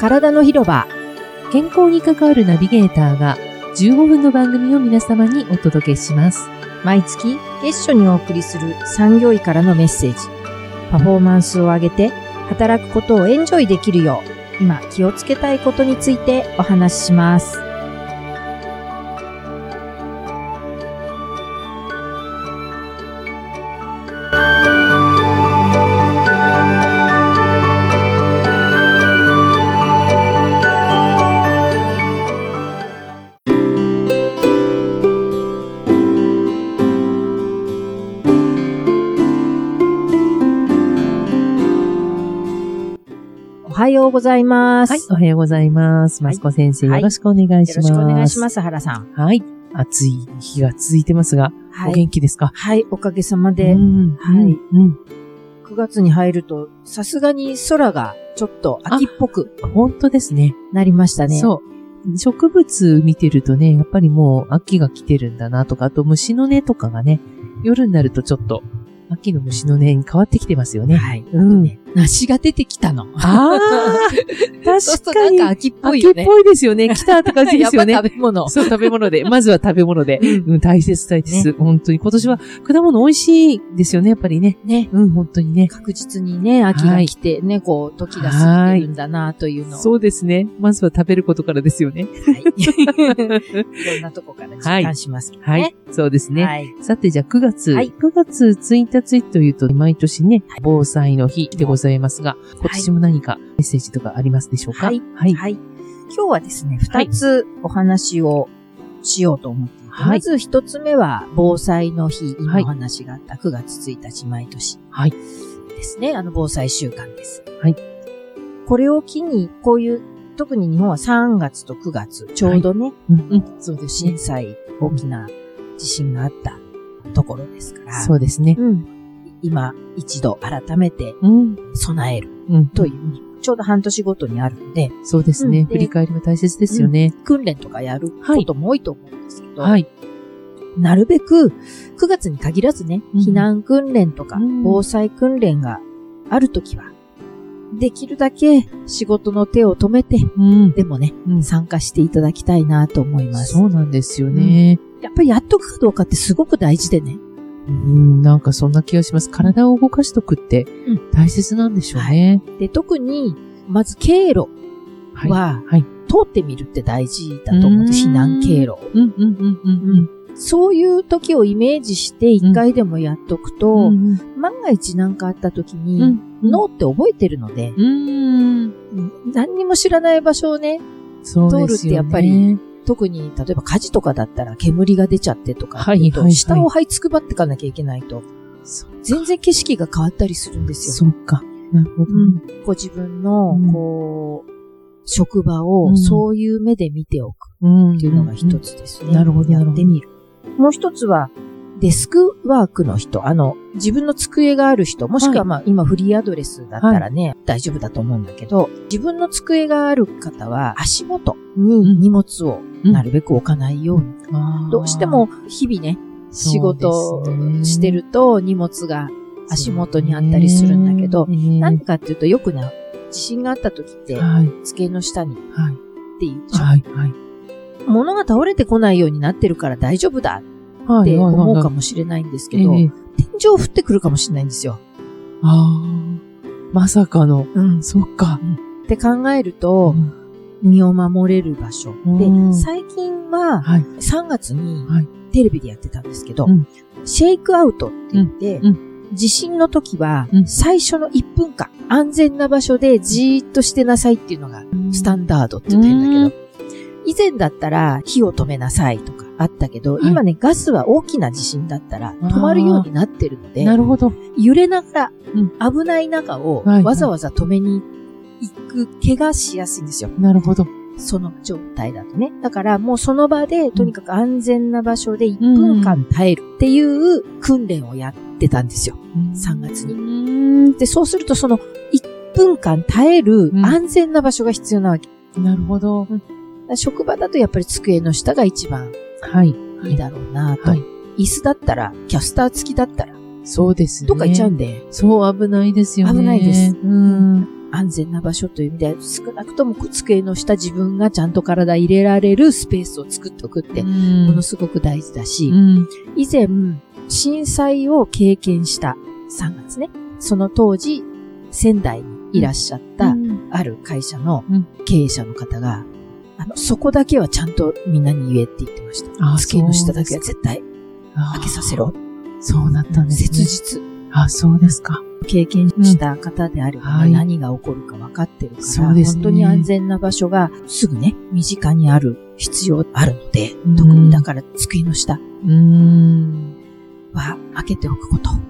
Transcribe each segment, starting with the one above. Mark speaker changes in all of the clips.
Speaker 1: 体の広場健康に関わるナビゲーターが15分の番組を皆様にお届けします
Speaker 2: 毎月月初にお送りする産業医からのメッセージパフォーマンスを上げて働くことをエンジョイできるよう今気をつけたいことについてお話ししますおはようございます、
Speaker 1: はいおはようございますマスコ先生、
Speaker 2: はい
Speaker 1: よろしくお願いし
Speaker 2: よろ
Speaker 1: ます
Speaker 2: しくお願いします原さん
Speaker 1: はい暑い日が続いてますが、
Speaker 2: は
Speaker 1: お
Speaker 2: い、
Speaker 1: 元気ですか
Speaker 2: はい、おかげさま
Speaker 1: う
Speaker 2: で
Speaker 1: ん
Speaker 2: はい
Speaker 1: うん
Speaker 2: 9月に入るとさすがに空がちょっと秋っぽく
Speaker 1: うん本当ですね
Speaker 2: なりましたね
Speaker 1: そう。植物見てるとね、やっぱりもう秋が来てるんだなとか、あと虫の音とかがね、夜になるとちょっと、秋の虫の音に変わってきてますよね。
Speaker 2: はい。
Speaker 1: うん
Speaker 2: ね梨が出てきたの。
Speaker 1: ああ確
Speaker 2: そうすると
Speaker 1: か
Speaker 2: なん
Speaker 1: に。
Speaker 2: か
Speaker 1: 秋
Speaker 2: 秋
Speaker 1: っ
Speaker 2: っぽいよね。
Speaker 1: ぽいですよ ね。来たって感じですよね
Speaker 2: やっ。ぱ食べ物。
Speaker 1: そう、食べ 物で。まずは食べ物で。うん、大切、大切。本当に。今年は果物美味しいですよね、やっぱりね。
Speaker 2: ね。
Speaker 1: うん、本当にね。
Speaker 2: 確実にね、秋が来てね、こう、時が過ぎてるんだなというのを、
Speaker 1: そうですね。まずは食べることからです よね。
Speaker 2: はい。いろんなとこから実感しますけどね。
Speaker 1: はい。そうですね。
Speaker 2: はい。
Speaker 1: さて、じゃあ9月、
Speaker 2: はい
Speaker 1: 9月1日というと、毎年ね、防災の日でございますが、今年も何かメッセージとかありますでしょうか
Speaker 2: はい。
Speaker 1: はい。
Speaker 2: はい今日はですね、
Speaker 1: はい
Speaker 2: 二つお話をしようと思っていて、
Speaker 1: は
Speaker 2: ま
Speaker 1: い
Speaker 2: ず一つ目は、防災の日、
Speaker 1: は
Speaker 2: 今
Speaker 1: い
Speaker 2: お話があった9月1日毎年。
Speaker 1: はい
Speaker 2: ですね、あの、防災週間です。
Speaker 1: はい
Speaker 2: これを機に、こういう、特に日本は3月と9月、ちょうどね、
Speaker 1: うん、うん。そうで
Speaker 2: 震。災、大きな地震があったところですから、
Speaker 1: そうですね。
Speaker 2: うん今一度改めて
Speaker 1: うん。
Speaker 2: 備える。
Speaker 1: うん。
Speaker 2: という、ちょうど半年ごとにあるので、
Speaker 1: そうです
Speaker 2: う
Speaker 1: ね。
Speaker 2: んで
Speaker 1: 振り返りも大切ですよね。
Speaker 2: 訓練とかやることも多いと思うんですけど、
Speaker 1: はい。
Speaker 2: なるべく9月に限らずね、
Speaker 1: うん
Speaker 2: 避難訓練とか
Speaker 1: うん
Speaker 2: 防災訓練があるときは、できるだけ仕事の手を止めて、
Speaker 1: うん。
Speaker 2: でもね、
Speaker 1: うん
Speaker 2: 参加していただきたいなと思います。
Speaker 1: そうなんですよね。
Speaker 2: やっぱりやっとくかどうかってすごく大事でね。
Speaker 1: うん、なんかそんな気がします。体を動かしとくって
Speaker 2: う
Speaker 1: 大切なんでしょうね。
Speaker 2: で、特に、まず経路
Speaker 1: はい。
Speaker 2: は、
Speaker 1: はい。
Speaker 2: 通ってみるって大事だと思うんです。避
Speaker 1: うん
Speaker 2: 難経路を。
Speaker 1: うん、うん、うん、うん、
Speaker 2: そういう時をイメージして一回でもやっとく
Speaker 1: う
Speaker 2: と、
Speaker 1: ん。
Speaker 2: 万が一何かあった時
Speaker 1: う
Speaker 2: に、
Speaker 1: ん。
Speaker 2: 脳って覚えてるので、
Speaker 1: うん。
Speaker 2: 何にも知らない場所をね、
Speaker 1: そうです
Speaker 2: 通る
Speaker 1: よね。
Speaker 2: ってやっぱり、特に例えば火事とかだったら煙が出ちゃってとか、
Speaker 1: はいはいはい
Speaker 2: 下を這いつくばってかなきゃいけないと、全然景色が変わったりするんですよ。
Speaker 1: そうか。なるほど。
Speaker 2: うん、こう自分の
Speaker 1: うん、
Speaker 2: こう、職場
Speaker 1: う
Speaker 2: を
Speaker 1: ん
Speaker 2: そういう目で見ておく。
Speaker 1: うん。
Speaker 2: っていうのが一つですね。
Speaker 1: うんなるほど
Speaker 2: やってみる。もう一つは、デスクワークの人、あの、自分の机がある人、もしく
Speaker 1: は
Speaker 2: はまあ、今フリーアドレスだったらね、大丈夫だと思うんだけど、自分の机がある方は足元に荷物を
Speaker 1: うん
Speaker 2: なるべく置かないように。どうしても日々ね、仕事してると荷物が足元にあったりするんだけど、なんでかっていうとよくね、地震があった時って、
Speaker 1: はい、
Speaker 2: 机の下にっ
Speaker 1: はい、
Speaker 2: ていうでしょ
Speaker 1: はい、はい。
Speaker 2: 物が倒れてこないようになってるから大丈夫だ
Speaker 1: は
Speaker 2: っ
Speaker 1: い、
Speaker 2: て
Speaker 1: はい、
Speaker 2: 思うか
Speaker 1: も
Speaker 2: もしれないんですけど、天井降ってくるかもしれないんですよ。
Speaker 1: ああ、まさかの、
Speaker 2: うん、っ
Speaker 1: そっか。
Speaker 2: て考えると、身を守れる場所。
Speaker 1: うん
Speaker 2: で、最近は
Speaker 1: はい、
Speaker 2: 3月に
Speaker 1: はい
Speaker 2: テレビでやってたんですけど、
Speaker 1: うん
Speaker 2: シェイクアウトって言って、
Speaker 1: うんう
Speaker 2: 地震の時は
Speaker 1: うん
Speaker 2: 最初の1分間、安全な場所でじーっとしてなさいっていうのがスタンダードって言ってるんだけど、以前だったら火を止めなさいとかあったけど、
Speaker 1: はい
Speaker 2: 今ね、ガスは大きな地震だったら止まるようになってるので、
Speaker 1: なるほど。
Speaker 2: 揺れなが
Speaker 1: うん
Speaker 2: ら、危ない中を
Speaker 1: はいはい
Speaker 2: わざわざ止めに行く怪我しやすいんですよ。
Speaker 1: なるほど。
Speaker 2: その状態だとね。だからもうその場で、とにかく安全な場所で1
Speaker 1: うん
Speaker 2: 分間耐えるっていう訓練をやってたんですよ。3月に
Speaker 1: に。
Speaker 2: で、そうするとその1分間耐える
Speaker 1: うん
Speaker 2: 安全な場所が必要なわけ。
Speaker 1: なるほど。
Speaker 2: だから職場だとやっぱり机の下が一番
Speaker 1: はい。
Speaker 2: いいだろうなと。
Speaker 1: はい
Speaker 2: 椅子だったら、キャスター付きだったら、
Speaker 1: そうですね。
Speaker 2: どっか行っちゃうんで。
Speaker 1: そう、危ないですよね。
Speaker 2: 危ないです
Speaker 1: うん。
Speaker 2: 安全な場所という意味で、少なくとも机の下自分がちゃんと体入れられるスペースを作っておくって、ものすごく大事だし、
Speaker 1: うん
Speaker 2: 以前、震災を経験した3月ね、その当時、仙台にいらっしゃった、ある会社の
Speaker 1: うん
Speaker 2: 経営者の方が、あの、そこだけはちゃんとみんなに言えって言ってました。
Speaker 1: あ
Speaker 2: 机の下だけは絶対開けさせ。ろ。
Speaker 1: そうだったんですね。
Speaker 2: 切実。
Speaker 1: あ、そうですか。
Speaker 2: 経験した方であれば、
Speaker 1: はい
Speaker 2: 何が起こるか分かってるから、
Speaker 1: そうです
Speaker 2: 本
Speaker 1: ね
Speaker 2: 当に安全な場所がすぐね、身近にある必要あるので、
Speaker 1: うん
Speaker 2: 特にだから机の下
Speaker 1: うーん。
Speaker 2: は開けておくこと。
Speaker 1: そう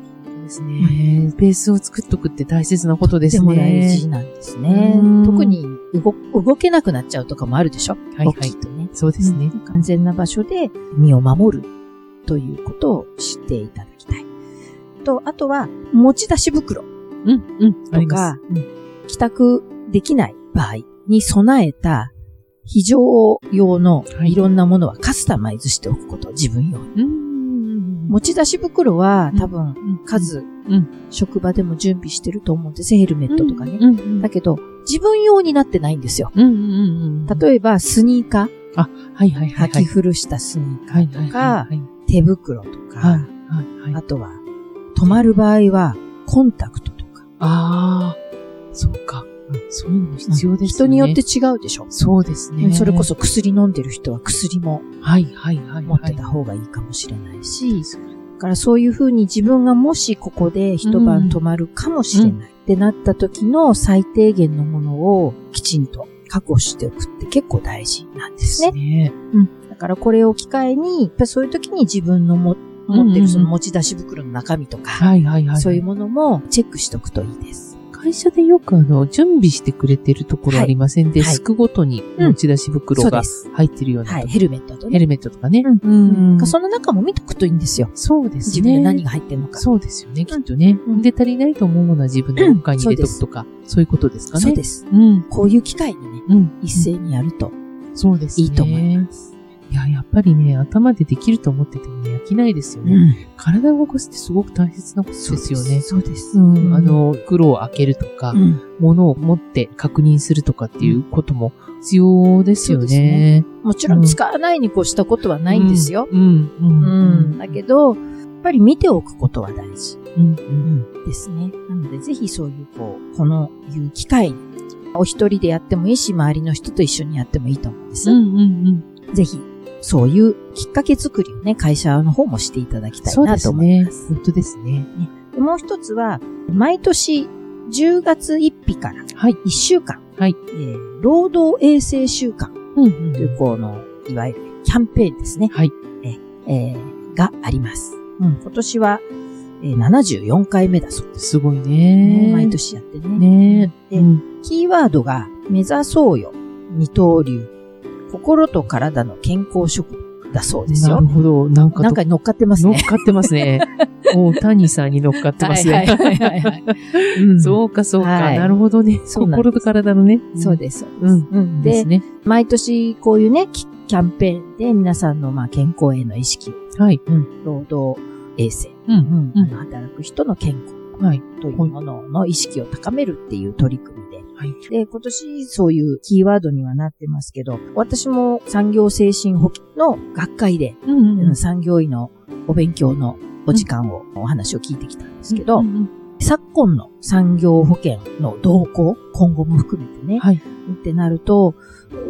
Speaker 1: ですね。ベースを作っとくって大切なことで
Speaker 2: で
Speaker 1: すね。
Speaker 2: も大事なんですね
Speaker 1: うん。
Speaker 2: 特に動動けなくなっちゃうとかもあるでしょ
Speaker 1: はいは
Speaker 2: 大き
Speaker 1: い
Speaker 2: い。とね。
Speaker 1: そうですね。
Speaker 2: うん安全な場所で身を守るということを知っていただきたい。と、あとは、持ち出し袋
Speaker 1: うん、うん。あ
Speaker 2: と
Speaker 1: りま
Speaker 2: か
Speaker 1: す。、
Speaker 2: 帰宅できない場合に備えた非常用の
Speaker 1: はい
Speaker 2: いろんなものはカスタマイズしておくこと、自分用に。
Speaker 1: うんうん。
Speaker 2: 持ち出し袋は
Speaker 1: うん
Speaker 2: 多分
Speaker 1: うん
Speaker 2: 数、
Speaker 1: ん
Speaker 2: 職場でも準備してると思うんですよヘルメットとかね。
Speaker 1: うんうん
Speaker 2: だけど、自分用になってないんですよ。
Speaker 1: うんうんうん。
Speaker 2: 例えば、スニーカー、
Speaker 1: えば、はいはいはい。
Speaker 2: 履き古したスニーカー
Speaker 1: はいはいはいはい。
Speaker 2: 手袋とか、
Speaker 1: はいはいは
Speaker 2: あ
Speaker 1: い。
Speaker 2: とは、止まる場合は、コンタクトとか。
Speaker 1: ああ、そうか。うんそういうのも必要です
Speaker 2: 人
Speaker 1: よね。
Speaker 2: によって違うでしょ。
Speaker 1: そうですね。
Speaker 2: それこ、そ薬飲んでる人は薬も
Speaker 1: はいはいはい。
Speaker 2: 持ってた
Speaker 1: は
Speaker 2: 方がいいかもしれないし、だからそういうふうに自分がもしここで一晩泊まるかもしれないってなった時の最低限のものをきちんと確保しておくって結構大事なんで
Speaker 1: い。です
Speaker 2: ね。
Speaker 1: ね。
Speaker 2: だからこれを機会に、やっぱりそういう時に自分のも持ってるその持ち出し袋の中身とか、
Speaker 1: はいはいはい。
Speaker 2: そういうものもチェックしておくといいです。
Speaker 1: 会社でよくあの、準備してくれてるところありませんデ
Speaker 2: はい
Speaker 1: スクごとに持ち出し袋
Speaker 2: そう
Speaker 1: が
Speaker 2: です。
Speaker 1: 入ってるような
Speaker 2: はい、
Speaker 1: とこ。
Speaker 2: ヘルメットと
Speaker 1: ヘ
Speaker 2: ね。
Speaker 1: ルメットとかね。
Speaker 2: うん
Speaker 1: うん
Speaker 2: なんかその中も見とくといいんですよ。
Speaker 1: そうです
Speaker 2: 自
Speaker 1: ね。
Speaker 2: 分で何が入ってるのか。
Speaker 1: そうですよね、きっとね。
Speaker 2: うん
Speaker 1: で、足りないと思うものは自分の中に入れとくとか、そういうことですかね。。
Speaker 2: そうですす。
Speaker 1: うん。
Speaker 2: こういう機会にね、
Speaker 1: うん。
Speaker 2: 一斉にやると
Speaker 1: そうですね。
Speaker 2: いいと思います。
Speaker 1: いや、やっぱりね、頭でできると思っててもね、飽きないですよね。体を動かすってすごく大切なことですよね。
Speaker 2: そうです。
Speaker 1: うん。あ、の、袋を開けるとか、
Speaker 2: うん
Speaker 1: 物を持って確認するとかっていうことも必要ですよ
Speaker 2: そうです
Speaker 1: ね
Speaker 2: ね。もちろん使わないに越したことはないんですよ。
Speaker 1: うん。う。
Speaker 2: うんん。だけど、やっぱり見ておくことは大事
Speaker 1: ど、うん。うん。
Speaker 2: ですね。なので、ぜひそういう、こう、この、いう機会に、お一人でやってもいいし、周りの人と一緒にやってもいいと思うんです。
Speaker 1: うん。うん。
Speaker 2: ぜひ、そういうきっかけ作りをね、会社の方もしていただきたい
Speaker 1: そう
Speaker 2: な
Speaker 1: で
Speaker 2: と
Speaker 1: す
Speaker 2: 思い
Speaker 1: ね
Speaker 2: ます。。
Speaker 1: 本当ですね。
Speaker 2: でもう一つは、毎年10月1日から
Speaker 1: はい。
Speaker 2: 1週間、
Speaker 1: はい
Speaker 2: えー労働衛生週間
Speaker 1: うん。
Speaker 2: という、この、いわゆるキャンペーンですね、
Speaker 1: はい。
Speaker 2: えーがあります。うん、今年は、えー74回目だそうです。
Speaker 1: すごい
Speaker 2: ね
Speaker 1: ね。
Speaker 2: 毎年やってね。
Speaker 1: ねえ。
Speaker 2: で
Speaker 1: うん
Speaker 2: キーワードが、目指そうよ、二刀流、心と体の健康食だそうです
Speaker 1: なる
Speaker 2: よ。
Speaker 1: ほど。なんか
Speaker 2: なんか乗っかってます
Speaker 1: 乗っ
Speaker 2: ね。
Speaker 1: かってます ね。お谷さんに乗っかってますね。
Speaker 2: はいはいはいはいはい。うん
Speaker 1: そうか、そうか、
Speaker 2: はい
Speaker 1: なるほどね。
Speaker 2: そうなんです
Speaker 1: 心と体のね。
Speaker 2: そう
Speaker 1: で
Speaker 2: です。そうです
Speaker 1: す。うん。
Speaker 2: うん
Speaker 1: で、
Speaker 2: です
Speaker 1: ね。
Speaker 2: 毎年こういうね、キキャンペーンで皆さんのまあ健康への意識、
Speaker 1: はい。
Speaker 2: 労働衛生、
Speaker 1: う。
Speaker 2: うん
Speaker 1: うん
Speaker 2: あの働く人の健康
Speaker 1: はい。
Speaker 2: というものの意識を高めるっていう取り組みで。
Speaker 1: はい。
Speaker 2: で、今年そういうキーワードにはなってますけど、私も産業精神保健の学会で、
Speaker 1: うんうん
Speaker 2: うん産業医のお勉強のお時間を、お話を聞いてきたんですけど、
Speaker 1: うんうん
Speaker 2: 昨今の産業保険の動向、今後も含めてね、
Speaker 1: はい。
Speaker 2: ってなると、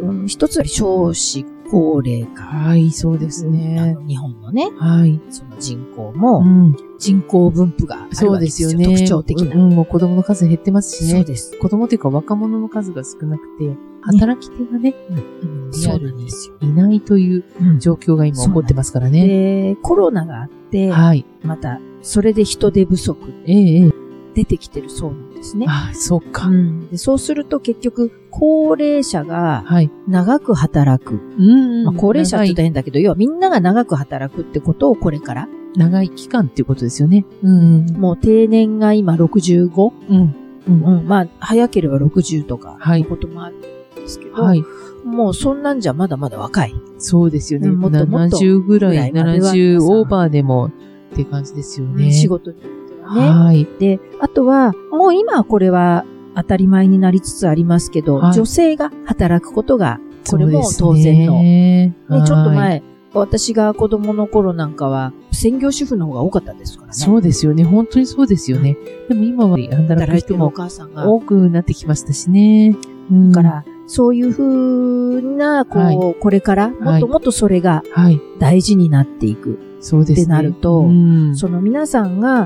Speaker 2: うん一つは少子高齢化。
Speaker 1: はい、そうですね
Speaker 2: あ。の日本のね、
Speaker 1: はい。
Speaker 2: その人口
Speaker 1: う
Speaker 2: も、
Speaker 1: ん。
Speaker 2: 人口分布がある
Speaker 1: そ
Speaker 2: わ
Speaker 1: う
Speaker 2: け
Speaker 1: で
Speaker 2: ですす
Speaker 1: よ
Speaker 2: よ。
Speaker 1: ね。
Speaker 2: 特徴的な。
Speaker 1: うん、もう子供の数減ってますし
Speaker 2: そう
Speaker 1: ね。
Speaker 2: です。
Speaker 1: 子供というか若者の数が少なくて、働き手がね、うんリ
Speaker 2: そ
Speaker 1: ア
Speaker 2: う
Speaker 1: ル
Speaker 2: なん
Speaker 1: に
Speaker 2: ですよ。
Speaker 1: いないという
Speaker 2: うん
Speaker 1: 状況が今起こってますからね。
Speaker 2: で、コロナがあって、
Speaker 1: はい。
Speaker 2: また、それで人手不足、
Speaker 1: ええ、ええ。
Speaker 2: 出てきてるそうなんですね。
Speaker 1: あ、そう
Speaker 2: う
Speaker 1: か。
Speaker 2: んでそうすると結局、高齢者が
Speaker 1: はい。
Speaker 2: 長く働く。
Speaker 1: うん
Speaker 2: まあ、高齢者って言うと
Speaker 1: 長い
Speaker 2: 変だけど、要はみんなが長く働くってことをこれから、
Speaker 1: 長い期間っていうことですよね。うん。
Speaker 2: もう定年が今 65?
Speaker 1: うん。
Speaker 2: うん、まあ、早ければ60とか、
Speaker 1: はい
Speaker 2: いうこともあるんですけど、
Speaker 1: はい。
Speaker 2: もうそんなんじゃまだまだ若い。
Speaker 1: そうですよね。
Speaker 2: うんもっともっと
Speaker 1: 70ぐら
Speaker 2: ぐら
Speaker 1: い、
Speaker 2: いまでは
Speaker 1: 70オーバーでもって感じですよね。
Speaker 2: 仕事によってはね。
Speaker 1: はい。
Speaker 2: で、あとは、もう今はこれは当たり前になりつつありますけど、
Speaker 1: はい
Speaker 2: 女性が働くことが、これも当然の。ね
Speaker 1: ね
Speaker 2: ちょっと
Speaker 1: はい
Speaker 2: 前、私が子供の頃なんかは、専業主婦の方が多かったですからね。
Speaker 1: そうですよね。本当にそうですよね。でも今は働く
Speaker 2: 働いて
Speaker 1: 人
Speaker 2: るお
Speaker 1: も
Speaker 2: 母さんが。
Speaker 1: 多くなってきましたしね。うん
Speaker 2: だか、ら、そういうふうな、こう、
Speaker 1: はい
Speaker 2: これから、もっともっとそれが
Speaker 1: はい。
Speaker 2: 大事になっていく。
Speaker 1: そうですね。
Speaker 2: ってなると
Speaker 1: うん
Speaker 2: その皆さんが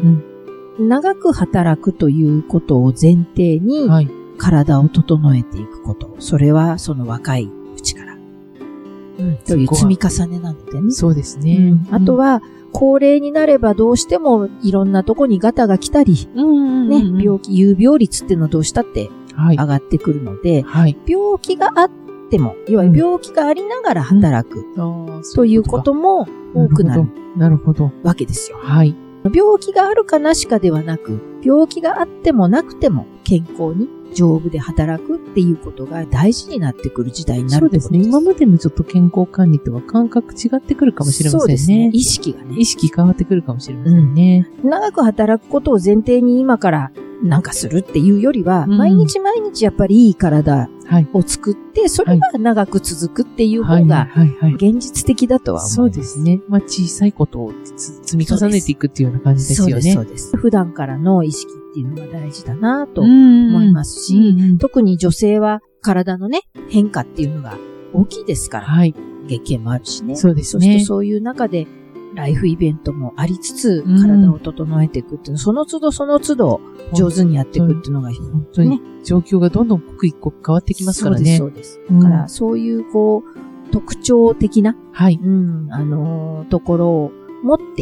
Speaker 1: う、
Speaker 2: 長く働くということを前提に、
Speaker 1: はい。
Speaker 2: 体を整えていくこと。それは、その若いうちから。という積み重ねなのでね。
Speaker 1: そうです
Speaker 2: う
Speaker 1: ね
Speaker 2: ん。あとは、高齢になればどうしてもいろんなとこにガタが来たり、
Speaker 1: うん、うん
Speaker 2: ね、
Speaker 1: うんうん
Speaker 2: 病気、有病率っていうのはどうしたって
Speaker 1: はい。
Speaker 2: 上がってくるので、
Speaker 1: はい。
Speaker 2: 病気があっても、いわゆる病気がありながら働く、ということも多くなる
Speaker 1: なるほど。なるほど。
Speaker 2: わけですよ。
Speaker 1: はい。
Speaker 2: 病気があるかなしかではなく、病気があってもなくても健康に丈夫で働くっていうことが大事になってくる時代にな
Speaker 1: そ
Speaker 2: る
Speaker 1: う
Speaker 2: って
Speaker 1: で
Speaker 2: こ
Speaker 1: す
Speaker 2: と
Speaker 1: ね。
Speaker 2: です。
Speaker 1: 今までのちょっと健康管理とは感覚違ってくるかもしれ
Speaker 2: そ
Speaker 1: ま
Speaker 2: う
Speaker 1: せん
Speaker 2: です
Speaker 1: ね
Speaker 2: ね。。意識がね。
Speaker 1: 意識変わってくるかもしれませんね。
Speaker 2: 長く働くことを前提に今からなんかするっていうよりは、
Speaker 1: うん
Speaker 2: 毎日毎日やっぱりいい体
Speaker 1: はい。
Speaker 2: を作って、それが長く続くっていう
Speaker 1: はい。
Speaker 2: 方
Speaker 1: はい。
Speaker 2: が
Speaker 1: はい。
Speaker 2: 現実的だとは
Speaker 1: そ
Speaker 2: 思
Speaker 1: う
Speaker 2: い
Speaker 1: で
Speaker 2: ますす。
Speaker 1: ね。まあ、小さいことをつ積み重ねていくっていうような感じですよ
Speaker 2: そ
Speaker 1: ね。
Speaker 2: うです、そうです。普段からの意識っていうのが大事だなと思
Speaker 1: 思
Speaker 2: いますし、
Speaker 1: うん
Speaker 2: 特に女性は体のね、変化っていうのが大きいですから、
Speaker 1: はい。
Speaker 2: 月経もあるしね。
Speaker 1: そうです
Speaker 2: そし
Speaker 1: ね
Speaker 2: て。そういう中で、ライフイベントもありつつ、
Speaker 1: うん
Speaker 2: 体を整えていくっていうの、その都度その都度上手にやっていくっていうのが
Speaker 1: 本当に状況がどんどん刻一刻変わってきますからね。
Speaker 2: そうです、そう
Speaker 1: う
Speaker 2: で
Speaker 1: ん
Speaker 2: す。だから、そういう、こう、特徴的な、
Speaker 1: はい。
Speaker 2: うん、あのーところを持って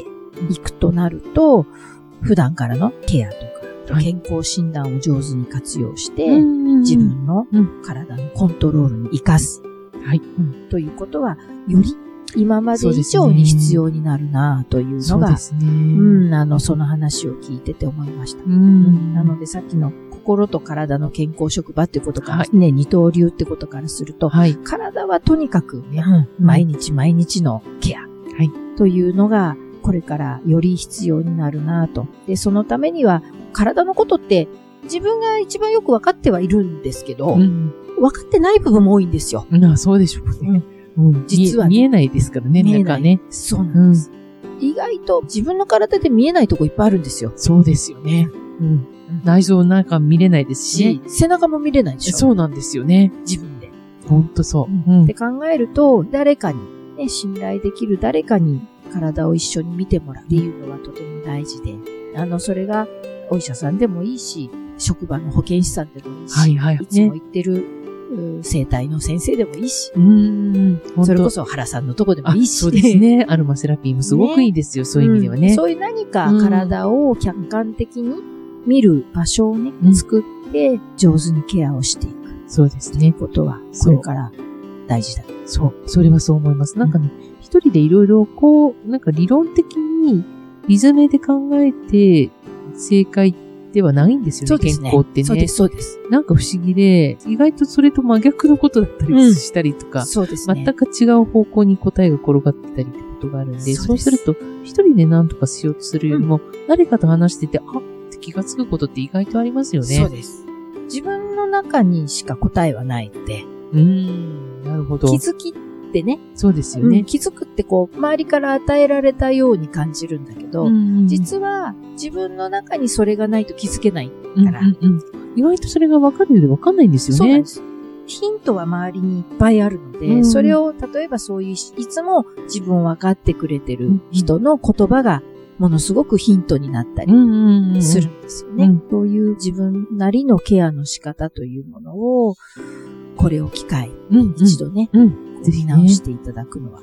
Speaker 2: いくとなると、普段からのケアとか、
Speaker 1: はい
Speaker 2: 健康診断を上手に活用して、自
Speaker 1: 自
Speaker 2: 分の
Speaker 1: うん
Speaker 2: 体のコントロールに活かす、
Speaker 1: はい。
Speaker 2: うんということは、より今まで
Speaker 1: そう
Speaker 2: 以
Speaker 1: ですね
Speaker 2: 上に必要になるなという
Speaker 1: そ
Speaker 2: の
Speaker 1: う
Speaker 2: が
Speaker 1: で、すね。うん。
Speaker 2: うん、あの、その話を聞いてて思いました。なのでさっきの心と体の健康職場っていうことから、
Speaker 1: はい
Speaker 2: ね、二刀流ってことからすると、
Speaker 1: はい。
Speaker 2: 体はとにかくね、毎
Speaker 1: 毎
Speaker 2: 日毎日のケア
Speaker 1: い
Speaker 2: というのが、これからより必要になるなぁと。で、そのためには、体のことって自分が一番よく分かってはいるんですけど、
Speaker 1: うん。
Speaker 2: 分かってない部分も多いんですよ。
Speaker 1: まあ、そうでしょうね。うん
Speaker 2: 実はね
Speaker 1: 見え見えないですからね、
Speaker 2: 見え
Speaker 1: 中
Speaker 2: ない
Speaker 1: ね。
Speaker 2: そうなんです。意外と自分の体で見えないとこいっぱいあるんですよ。
Speaker 1: そうですよね。うん。内臓なんか見れないですし
Speaker 2: し、、背中も見れないでしょ。
Speaker 1: そうなんですよね。
Speaker 2: 自分で。
Speaker 1: ほんとそう。
Speaker 2: っ
Speaker 1: ん
Speaker 2: て考えると、誰かに、ね、信頼できる誰かに体を一緒に見てもらうっていうのはとても大事で、あの、それがお医者さんでもいいし、職場の保健師さんでもいいし、、
Speaker 1: はいいはい。
Speaker 2: つも
Speaker 1: ね。
Speaker 2: 行ってる、うん整体の先生でもいいし、
Speaker 1: うん。ほんと
Speaker 2: それこそ原さんのとこでもいいし、
Speaker 1: そうですね。アルマセラピーもすごくいいですよ、そういう意味では
Speaker 2: うん
Speaker 1: ね。
Speaker 2: そういう何か体を客観的に見る場所をね、
Speaker 1: うん
Speaker 2: 作って上手にケアをしていく
Speaker 1: そうです
Speaker 2: とい
Speaker 1: ね
Speaker 2: う。ことは、こ
Speaker 1: そう
Speaker 2: れから大事だ。
Speaker 1: そう。それはそう思います。なんかね、一人でいろいろこう、なんか理論的に、リズムで考えて、正解ではないんですよね、健康って
Speaker 2: そう
Speaker 1: ね
Speaker 2: で。す、そうです。
Speaker 1: なんか不思議で、意外とそれと真逆のことだった
Speaker 2: う
Speaker 1: り
Speaker 2: ん
Speaker 1: したりとか、
Speaker 2: そうですね。
Speaker 1: 全く違う方向に答えが転がってたりってことがあるんで、そ
Speaker 2: そうで
Speaker 1: う
Speaker 2: す
Speaker 1: すると、一人で何とかしようとするよりも、誰かと話してて、あって気がつくことって意外とありますよね。
Speaker 2: そうです。自分の中にしか答えはないので、
Speaker 1: うーん、なるほど
Speaker 2: 気。づきってね、
Speaker 1: そうですよ
Speaker 2: うん
Speaker 1: ね。
Speaker 2: 気づくってこう、周りから与えられたように感じるんだけど、
Speaker 1: うん
Speaker 2: 実は自分の中にそれがないと気づけない。から
Speaker 1: うんうんうん意外とそれが分かるようで分かんないんですよね。
Speaker 2: そうなんです。ヒントは周りにいっぱいあるので、
Speaker 1: うん
Speaker 2: それを例えばそういう、いつも自分を分かってくれてる人の言葉がものすごくヒントになったり
Speaker 1: うんうんうん
Speaker 2: する。んですよね。
Speaker 1: うん
Speaker 2: そういう自分なりのケアの仕方というものを、これを機会に
Speaker 1: うんうん、
Speaker 2: 一度ね、
Speaker 1: うん。
Speaker 2: ぜひ直していただくのは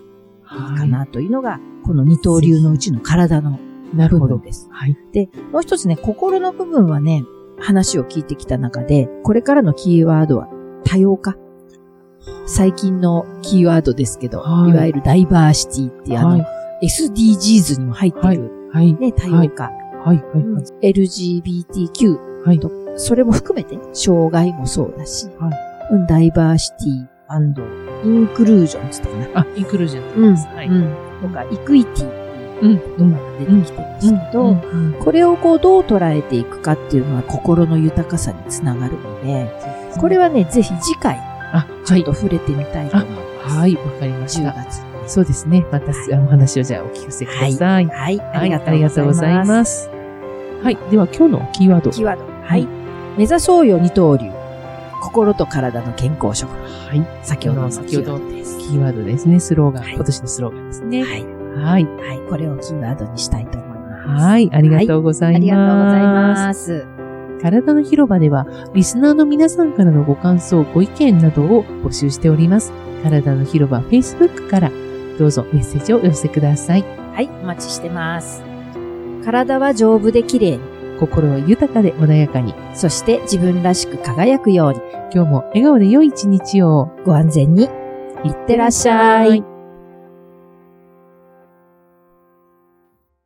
Speaker 2: いいかなというのが、この二刀流のうちの体の
Speaker 1: はい。なる
Speaker 2: 部
Speaker 1: ほ
Speaker 2: 分
Speaker 1: ど。
Speaker 2: です。
Speaker 1: はい。
Speaker 2: で、もう一つね、心の部分はね、話を聞いてきた中で、これからのキーワードは多様化。最近のキーワードですけど、
Speaker 1: はい
Speaker 2: い、わゆるダイバーシティっていうあの、
Speaker 1: はい。
Speaker 2: SDGs にも入ってる、
Speaker 1: はい。
Speaker 2: ね、多様化。
Speaker 1: はい。はい。
Speaker 2: うん LGBTQ
Speaker 1: はい。
Speaker 2: とそれも含めて、障害もそうだし、
Speaker 1: は
Speaker 2: うんダイバーシティインクルージョンって言ったかな。
Speaker 1: あ、インクルージョンって
Speaker 2: う
Speaker 1: 言い
Speaker 2: ん
Speaker 1: ます。はい。
Speaker 2: うんとか、イクイティっていううん、今は出てきてますけど、これをこうどう捉えていくかっていうのは心の豊かさにつながるので、これ
Speaker 1: は、
Speaker 2: はね、ぜひ次回
Speaker 1: あ、
Speaker 2: ち
Speaker 1: は
Speaker 2: ょっ
Speaker 1: い
Speaker 2: と。触れてみたいと思います。
Speaker 1: はい、わかりまし
Speaker 2: 10
Speaker 1: た。
Speaker 2: 月。
Speaker 1: そうですね。またす、あお話をじゃあお聞かせください。はい、
Speaker 2: はい、
Speaker 1: あ
Speaker 2: あ
Speaker 1: り
Speaker 2: り
Speaker 1: が
Speaker 2: が
Speaker 1: と
Speaker 2: とう
Speaker 1: うご
Speaker 2: ご
Speaker 1: ざ
Speaker 2: ざ
Speaker 1: い
Speaker 2: い
Speaker 1: ま。
Speaker 2: ます
Speaker 1: はい、では今日のキーワード。
Speaker 2: キーワード。はい。目指そうよ二刀流。心と体の健康食。
Speaker 1: はい、
Speaker 2: 先ほどの
Speaker 1: 先ほどの
Speaker 2: キーワードです。
Speaker 1: キーワードですね。スローガン、
Speaker 2: はい
Speaker 1: 今年のスローガンですね。
Speaker 2: はい。
Speaker 1: はい、
Speaker 2: はい。これをキーワードにしたいと思います。
Speaker 1: はい、ありがとうございま
Speaker 2: あ
Speaker 1: す。
Speaker 2: りがとうございます。
Speaker 1: 体の広場では、リスナーの皆さんからのご感想、ご意見などを募集しております。体の広場 Facebook から、どうぞメッセージをお寄せください。
Speaker 2: はい。お待ちしてます。体は丈夫で綺麗に。
Speaker 1: 心は豊かで穏やかに、
Speaker 2: そして自分らしく輝くように。
Speaker 1: 今日も笑顔で良い一日を。
Speaker 2: ご安全に。いってらっしゃい。